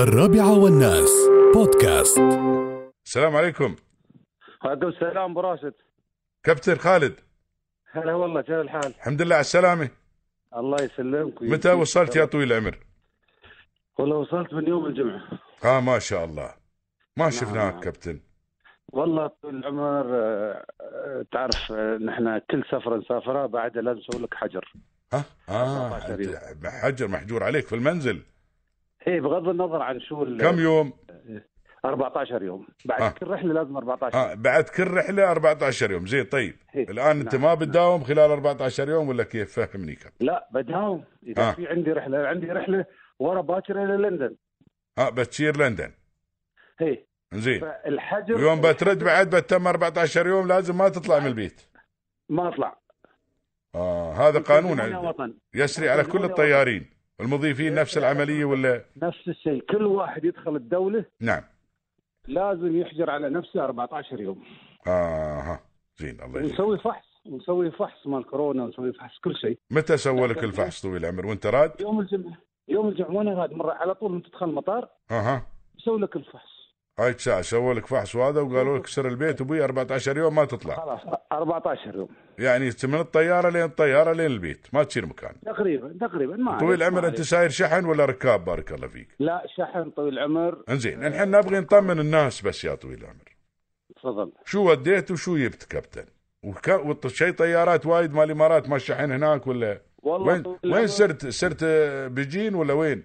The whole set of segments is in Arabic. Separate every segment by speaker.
Speaker 1: الرابعة والناس بودكاست
Speaker 2: السلام عليكم
Speaker 3: وعليكم السلام ابو راشد
Speaker 2: كابتن خالد
Speaker 3: هلا والله كيف الحال؟
Speaker 2: الحمد لله على السلامة
Speaker 3: الله يسلمك
Speaker 2: متى وصلت يا طويل العمر
Speaker 3: والله وصلت من يوم الجمعه
Speaker 2: ها ما شاء الله
Speaker 3: نعم،
Speaker 2: ما شفناك كابتن
Speaker 3: والله طول العمر آه، آه، تعرف آه، نحن كل سفره نسافرها بعدها لازم نسوي لك حجر
Speaker 2: ها
Speaker 3: أربعة
Speaker 2: اه
Speaker 3: تقريبا.
Speaker 2: أنت حجر محجور عليك في المنزل
Speaker 3: اي بغض النظر عن شو ال-
Speaker 2: كم يوم
Speaker 3: 14 يوم بعد
Speaker 2: آه.
Speaker 3: كل رحله لازم 14
Speaker 2: آه بعد كل رحلة 14 يوم زين طيب
Speaker 3: إيه.
Speaker 2: الآن أنت
Speaker 3: نعم.
Speaker 2: ما بتداوم خلال 14 يوم ولا كيف فهمني كابتن
Speaker 3: لا بداوم اذا
Speaker 2: آه.
Speaker 3: في عندي رحله عندي رحله ورا باكر الى لندن
Speaker 2: اه بتشير لندن
Speaker 3: هي
Speaker 2: زين
Speaker 3: فالحجر
Speaker 2: يوم إيه. بترد بعد بتم 14 يوم لازم ما تطلع من البيت
Speaker 3: ما اطلع
Speaker 2: آه هذا قانون
Speaker 3: يسمونه
Speaker 2: عندنا
Speaker 3: وطن
Speaker 2: يسري على كل الطيارين المضيفين نفس العملية ولا
Speaker 3: نفس الشيء كل واحد يدخل الدوله
Speaker 2: نعم
Speaker 3: لازم يحجر على نفسه 14 يوم
Speaker 2: اها زين الله يجزيك
Speaker 3: ونسوي فحص ونسوي فحص مال كورونا ونسوي فحص كل شيء
Speaker 2: متى سوى لك الفحص طويل العمر وانت راد؟
Speaker 3: يوم الجمعه يوم الجمعه وانا غاد مره على طول من تدخل المطار
Speaker 2: اها
Speaker 3: يسوي لك الفحص
Speaker 2: هاي ساعة سووا لك فحص وهذا وقالوا لك سر البيت ابوي 14 يوم ما تطلع
Speaker 3: خلاص 14 يوم
Speaker 2: يعني من الطيارة لين الطيارة لين البيت ما تصير مكان
Speaker 3: تقريبا تقريبا ما عليك،
Speaker 2: طويل
Speaker 3: ما
Speaker 2: العمر انت
Speaker 3: عليك.
Speaker 2: ساير شحن ولا ركاب بارك الله فيك
Speaker 3: لا شحن طويل العمر
Speaker 2: انزين نحن نبغي نطمن الناس بس يا طويل العمر
Speaker 3: تفضل
Speaker 2: شو وديت وشو جبت كابتن وك... وط- شي طيارات وايد مال الامارات ما شحن هناك ولا
Speaker 3: والله
Speaker 2: وين
Speaker 3: طويل العمر
Speaker 2: وين صرت صرت آه، بجين ولا وين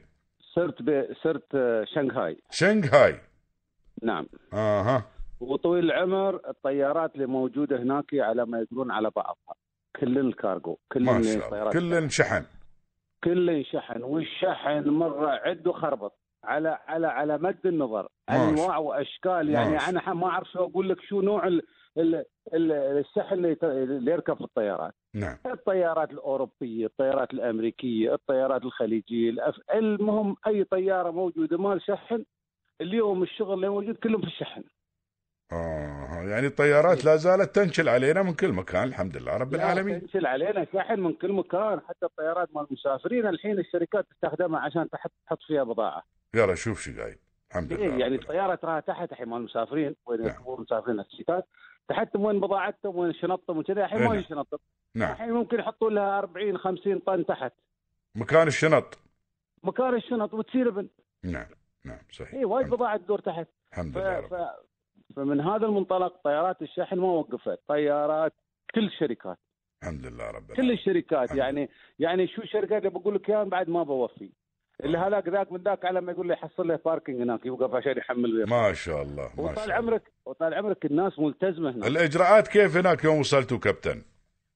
Speaker 3: صرت ب... صرت آه، شنغهاي
Speaker 2: شنغهاي
Speaker 3: نعم
Speaker 2: اها
Speaker 3: وطويل العمر الطيارات اللي موجوده هناك على ما يقولون على بعضها كل الكارغو كل
Speaker 2: ما شاء الله
Speaker 3: الطيارات
Speaker 2: كل شحن
Speaker 3: كله شحن والشحن مره عد وخربط على على على مد النظر
Speaker 2: ماشي.
Speaker 3: انواع واشكال يعني
Speaker 2: ماشي.
Speaker 3: انا ح- ما اعرف شو اقول لك شو نوع ال ال ال الشحن اللي, يت- اللي يركب في الطيارات
Speaker 2: نعم
Speaker 3: الطيارات الاوروبيه الطيارات الامريكيه الطيارات الخليجيه الأف... المهم اي طياره موجوده مال شحن اليوم الشغل اللي موجود كلهم في الشحن
Speaker 2: آه يعني الطيارات لا زالت تنشل علينا من كل مكان الحمد لله رب
Speaker 3: إيه. لا طيب.
Speaker 2: العالمين
Speaker 3: تنزل علينا شحن من كل مكان حتى الطيارات مال المسافرين الحين الشركات تستخدمها عشان تحط تحط فيها بضاعه
Speaker 2: يلا شوف شو قايل الحمد لله
Speaker 3: إيه
Speaker 2: رب
Speaker 3: يعني
Speaker 2: العالمين.
Speaker 3: الطياره تراها تحت الحين مال المسافرين وين
Speaker 2: نعم.
Speaker 3: يركبون المسافرين الشتات تحت وين بضاعتهم وين شنطهم وكذا الحين
Speaker 2: إيه
Speaker 3: ما
Speaker 2: نعم.
Speaker 3: في شنطهم
Speaker 2: نعم
Speaker 3: الحين ممكن يحطوا لها 40 50 طن تحت
Speaker 2: مكان الشنط
Speaker 3: مكان الشنط وتصير ابن
Speaker 2: نعم نعم صحيح
Speaker 3: اي إيه، وايد
Speaker 2: الحمد-
Speaker 3: بضاعه تدور تحت
Speaker 2: الحمد
Speaker 3: ف...
Speaker 2: لله رب
Speaker 3: ف... فمن هذا المنطلق طيارات الشحن ما وقفت طيارات كل الشركات
Speaker 2: الحمد لله رب
Speaker 3: كل
Speaker 2: العالمين
Speaker 3: الشركات
Speaker 2: الحمد لله.
Speaker 3: يعني يعني شو شركات اللي بقول لك اياها بعد ما بوفي اللي
Speaker 2: آه.
Speaker 3: هلاك ذاك من ذاك على ما يقول لي يحصل له باركينج هناك يوقف عشان يحمل ويركب.
Speaker 2: ما شاء الله ما
Speaker 3: وطال
Speaker 2: شاء الله
Speaker 3: عمرك وطال عمرك الناس ملتزمه هناك
Speaker 2: الاجراءات كيف هناك يوم وصلتوا كابتن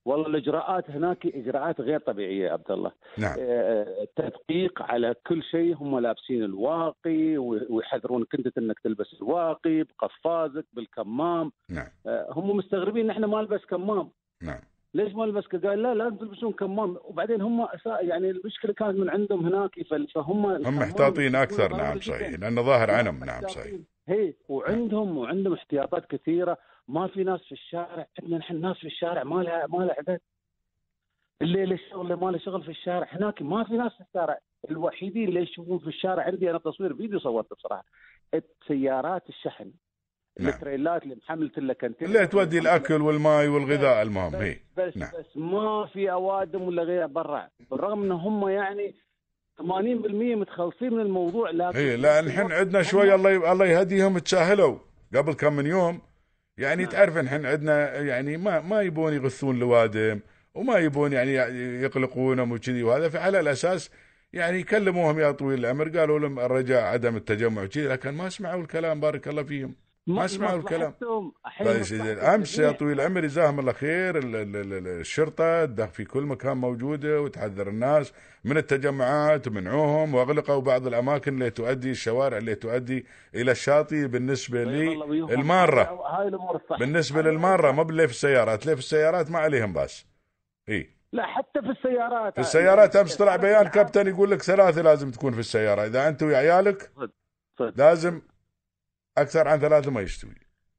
Speaker 3: والله الاجراءات هناك اجراءات غير طبيعيه يا عبد الله
Speaker 2: نعم
Speaker 3: آه، تدقيق على كل شيء هم لابسين الواقي و- ويحذرونك انت انك تلبس الواقي بقفازك بالكمام
Speaker 2: نعم
Speaker 3: آه، هم مستغربين نحن ما نلبس كمام
Speaker 2: نعم
Speaker 3: ليش ما نلبس ك- قال لا لازم تلبسون كمام وبعدين هم أسا- يعني المشكله كانت من عندهم هناك فال- فهم
Speaker 2: هم
Speaker 3: الكمام
Speaker 2: محتاطين اكثر
Speaker 3: ضروري
Speaker 2: نعم
Speaker 3: جداً.
Speaker 2: صحيح لان ظاهر عنهم نعم صحيح
Speaker 3: هي وعندهم وعندهم احتياطات كثيره ما في ناس في الشارع عندنا نحن ناس في الشارع ما لها ما لها عدد الليل الشغل ما له شغل في الشارع هناك ما في ناس في الشارع الوحيدين اللي يشوفون في الشارع عندي انا تصوير فيديو صورته بصراحه السيارات الشحن
Speaker 2: نعم.
Speaker 3: التريلات اللي محمله الكنتينر
Speaker 2: اللي تودي الاكل والماي والغذاء المهم
Speaker 3: بس
Speaker 2: هي
Speaker 3: بس,
Speaker 2: نعم.
Speaker 3: بس ما في اوادم ولا غير برا بالرغم ان هم يعني 80% متخلصين من الموضوع لكن
Speaker 2: اي إيه، لا نحن عندنا شوي الله ي... الله يهديهم تساهلوا قبل كم من يوم يعني
Speaker 3: نعم.
Speaker 2: تعرف نحن عندنا يعني ما ما يبون يغثون لوادم وما يبون يعني يقلقونهم وكذي وهذا فعلى الاساس يعني كلموهم يا طويل العمر قالوا لهم الرجاء عدم التجمع وكذي لكن ما سمعوا الكلام بارك الله فيهم ما سمعوا الكلام.
Speaker 3: مصلحتهم- أحيانا
Speaker 2: الله يسعدك.
Speaker 3: مصلحتهم
Speaker 2: امس يا
Speaker 3: تبيح.
Speaker 2: طويل العمر جزاهم الله خير ال- ال- ال- الشرطه تدخل في كل مكان موجوده وتحذر الناس من التجمعات ومنعوهم واغلقوا بعض الاماكن اللي تؤدي الشوارع اللي تؤدي الى الشاطئ بالنسبه
Speaker 3: طيب الله ويهم.
Speaker 2: للماره
Speaker 3: هاي الامور صح
Speaker 2: بالنسبه للماره ما باللي في السيارات اللي في السيارات ما عليهم باس اي
Speaker 3: لا حتى في السيارات
Speaker 2: في السيارات
Speaker 3: يعني
Speaker 2: امس طلع بيان كابتن يقول لك ثلاثه لازم تكون في السياره اذا انت وعيالك
Speaker 3: صدق.
Speaker 2: لازم اكثر عن ثلاثه ما يشتوي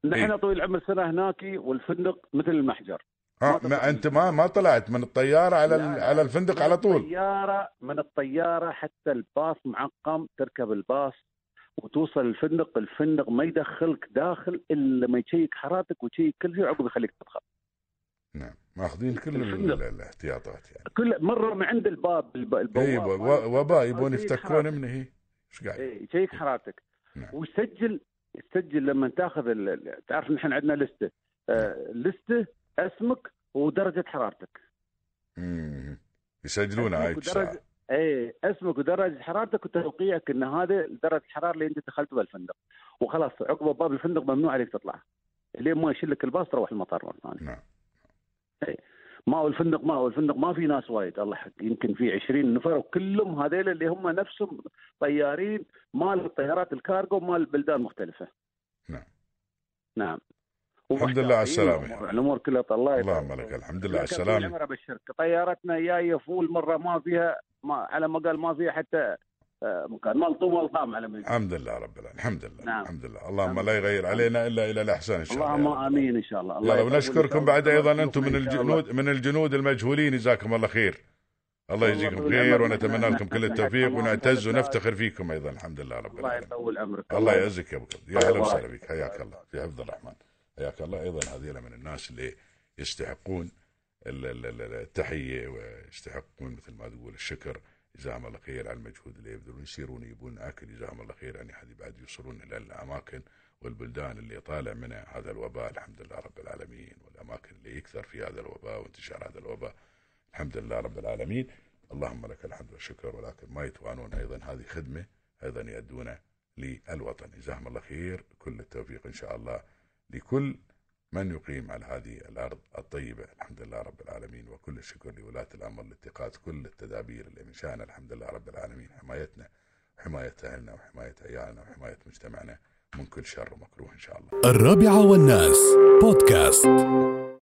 Speaker 3: طيب. نحن
Speaker 2: إيه.
Speaker 3: طويل العمر سنه هناك والفندق مثل المحجر
Speaker 2: ها
Speaker 3: ما
Speaker 2: ما
Speaker 3: تطلع
Speaker 2: انت ما ما طلعت من الطياره على
Speaker 3: لا،
Speaker 2: ال-
Speaker 3: لا. طيب.
Speaker 2: على الفندق على
Speaker 3: من
Speaker 2: طول
Speaker 3: الطياره من الطياره حتى الباص معقم تركب الباص وتوصل الفندق الفندق ما يدخلك داخل الا ما يشيك حرارتك ويشيك كل شيء عقب يخليك تدخل
Speaker 2: نعم ماخذين كل ال-
Speaker 3: الفندق.
Speaker 2: ال- الاحتياطات يعني
Speaker 3: كل مره من عند الباب الب-
Speaker 2: اي
Speaker 3: البواب
Speaker 2: طيب، و- وباء يبون
Speaker 3: شيء
Speaker 2: يفتكون
Speaker 3: حرام.
Speaker 2: منه هي ايش قاعد
Speaker 3: طيب، إيه، يشيك حرارتك
Speaker 2: نعم.
Speaker 3: ويسجل يسجل لما تاخذ ال- ال- تعرف نحن عندنا لسته آه، لسته اسمك ودرجه حرارتك
Speaker 2: مم. يسجلون هاي
Speaker 3: اسمك
Speaker 2: الساعة.
Speaker 3: ودرجة- ايه اسمك ودرجه حرارتك وتوقيعك ان هذا درجه الحراره اللي انت دخلت بها الفندق وخلاص عقب باب الفندق ممنوع عليك تطلع لين ما يشيلك الباص تروح المطار مره ثانيه
Speaker 2: نعم
Speaker 3: ما هو الفندق ما هو الفندق ما في ناس وايد الله حق يمكن في 20 نفر وكلهم هذيل اللي هم نفسهم طيارين مال الطيارات الكارغو مال بلدان مختلفه
Speaker 2: نعم.
Speaker 3: نعم
Speaker 2: الحمد لله على
Speaker 3: ومحتاطين
Speaker 2: السلامة.
Speaker 3: والأمور- الامور كلها الله
Speaker 2: اللهم لك الحمد لله على
Speaker 3: لكن
Speaker 2: السلامة
Speaker 3: بالعمر ابشرك طيارتنا جايه فول مره ما فيها ما على ما قال ما فيها حتى آه، مكان ملطوم والطام على ما يقال.
Speaker 2: الحمد لله رب العالمين الحمد لله
Speaker 3: نعم.
Speaker 2: الحمد لله اللهم
Speaker 3: الحمد
Speaker 2: لا يغير علينا الا الى الاحسن ان شاء الله
Speaker 3: اللهم
Speaker 2: يا رب.
Speaker 3: امين ان شاء الله الله
Speaker 2: يلا
Speaker 3: يقبل إن شاء
Speaker 2: ونشكركم
Speaker 3: الله.
Speaker 2: بعد ايضا انتم من
Speaker 3: إن شاء الله.
Speaker 2: الجنود من الجنود المجهولين جزاكم الله خير الله
Speaker 3: والله
Speaker 2: يجزيكم
Speaker 3: طول
Speaker 2: خير
Speaker 3: عمرك.
Speaker 2: ونتمنى لكم كل التوفيق
Speaker 3: نعم. الله
Speaker 2: ونعتز
Speaker 3: يبارك.
Speaker 2: ونفتخر فيكم ايضا الحمد لله رب
Speaker 3: الله
Speaker 2: العالمين
Speaker 3: يطول عمرك
Speaker 2: الله يعزك يا ابو كرم. يا اهلا
Speaker 3: الله
Speaker 2: وسهلا
Speaker 3: يعزك.
Speaker 2: بك حياك الله في حفظ الرحمن حياك الله ايضا هذيلا من الناس اللي يستحقون ال- ال- ال- التحيه ويستحقون مثل ما تقول الشكر جزاهم الله خير على المجهود اللي يبذلون يسيرون يبون اكل جزاهم الله خير يعني هذه بعد يوصلون الى الاماكن والبلدان اللي طالع منها هذا الوباء الحمد لله رب العالمين والاماكن اللي يكثر في هذا الوباء وانتشار هذا الوباء الحمد لله رب العالمين اللهم لك الحمد والشكر ولكن ما يتوانون ايضا هذه خدمه ايضا يؤدونها للوطن جزاهم الله خير كل التوفيق إن شاء الله لكل من يقيم على هذه الأرض الطيبة الحمد لله رب العالمين وكل الشكر لولاة الأمر لاتخاذ كل التدابير اللي من شأنها الحمد لله رب العالمين حمايتنا حماية أهلنا وحماية عيالنا وحماية مجتمعنا من كل شر ومكروه إن شاء الله
Speaker 1: الرابعة والناس بودكاست